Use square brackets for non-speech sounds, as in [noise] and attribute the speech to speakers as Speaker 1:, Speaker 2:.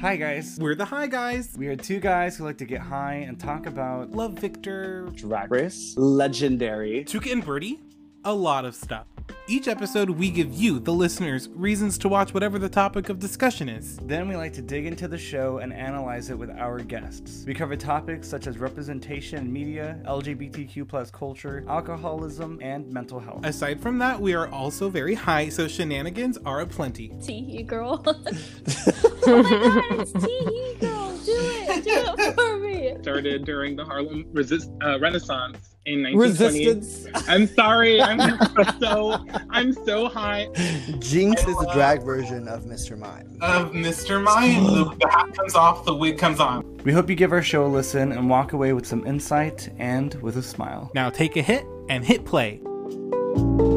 Speaker 1: Hi, guys.
Speaker 2: We're the High Guys.
Speaker 1: We are two guys who like to get high and talk about
Speaker 2: Love Victor,
Speaker 3: Drag Race, legendary.
Speaker 2: Tuca and Birdie, a lot of stuff. Each episode, we give you, the listeners, reasons to watch whatever the topic of discussion is.
Speaker 1: Then we like to dig into the show and analyze it with our guests. We cover topics such as representation in media, LGBTQ plus culture, alcoholism, and mental health.
Speaker 2: Aside from that, we are also very high, so shenanigans are aplenty.
Speaker 4: Tee girl. [laughs] oh my god, it's tee girl. Do it. Do it for me.
Speaker 5: started during the Harlem resist, uh, Renaissance in 1920.
Speaker 3: Resistance.
Speaker 5: I'm sorry, I'm [laughs] so I'm so high.
Speaker 6: Jinx is the drag version of Mr. Mime.
Speaker 2: Of Mr. Mime, the, the hat comes off, the wig comes on.
Speaker 1: We hope you give our show a listen and walk away with some insight and with a smile.
Speaker 2: Now take a hit and hit play.
Speaker 4: Ooh.